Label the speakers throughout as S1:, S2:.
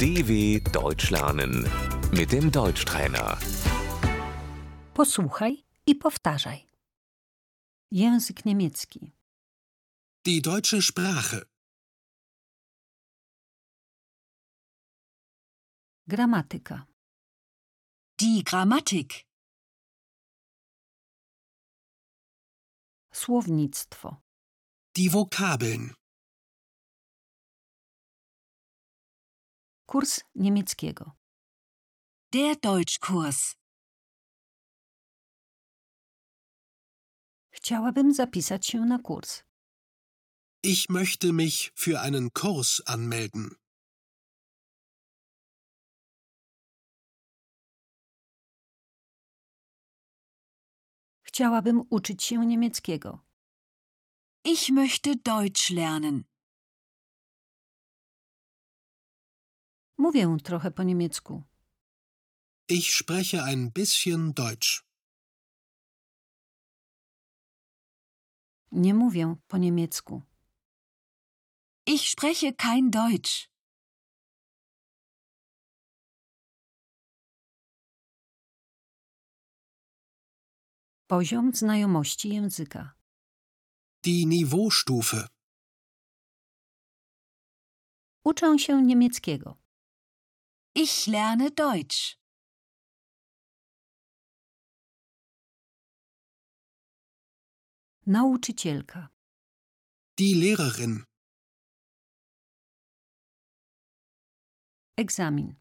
S1: DW Deutsch lernen mit dem Deutschtrainer.
S2: Posłuchaj i powtarzaj. Język niemiecki.
S3: Die deutsche Sprache.
S2: Gramatyka.
S4: Die Grammatik,
S2: Słownictwo.
S3: Die Vokabeln.
S2: Kurs niemieckiego.
S4: der Deutschkurs.
S2: Chciałabym zapisać się na kurs.
S3: Ich möchte mich für einen Kurs anmelden.
S2: Chciałabym uczyć się niemieckiego.
S4: Ich möchte Deutsch lernen.
S2: Mówię trochę po niemiecku.
S3: Ich spreche ein bisschen Deutsch.
S2: Nie mówię po niemiecku.
S4: Ich spreche kein Deutsch.
S2: Poziom znajomości języka.
S3: Die Niveaustufe.
S2: Uczę się niemieckiego.
S4: Ich lerne Deutsch.
S2: Nauczycielka.
S3: Die Lehrerin.
S2: Egzamin.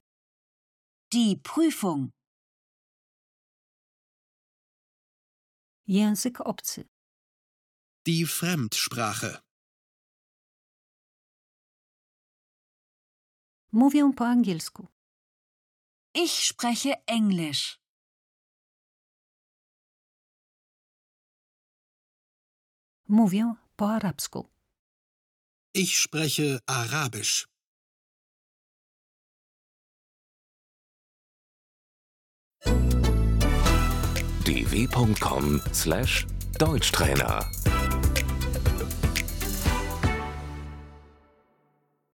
S4: Die Prüfung,
S2: Język obcy.
S3: Die Fremdsprache.
S2: Mówię po angielsku.
S4: ich spreche Englisch.
S2: Mówię po arabsku.
S3: Ich spreche Arabisch.
S1: dw.com/deutschtrainer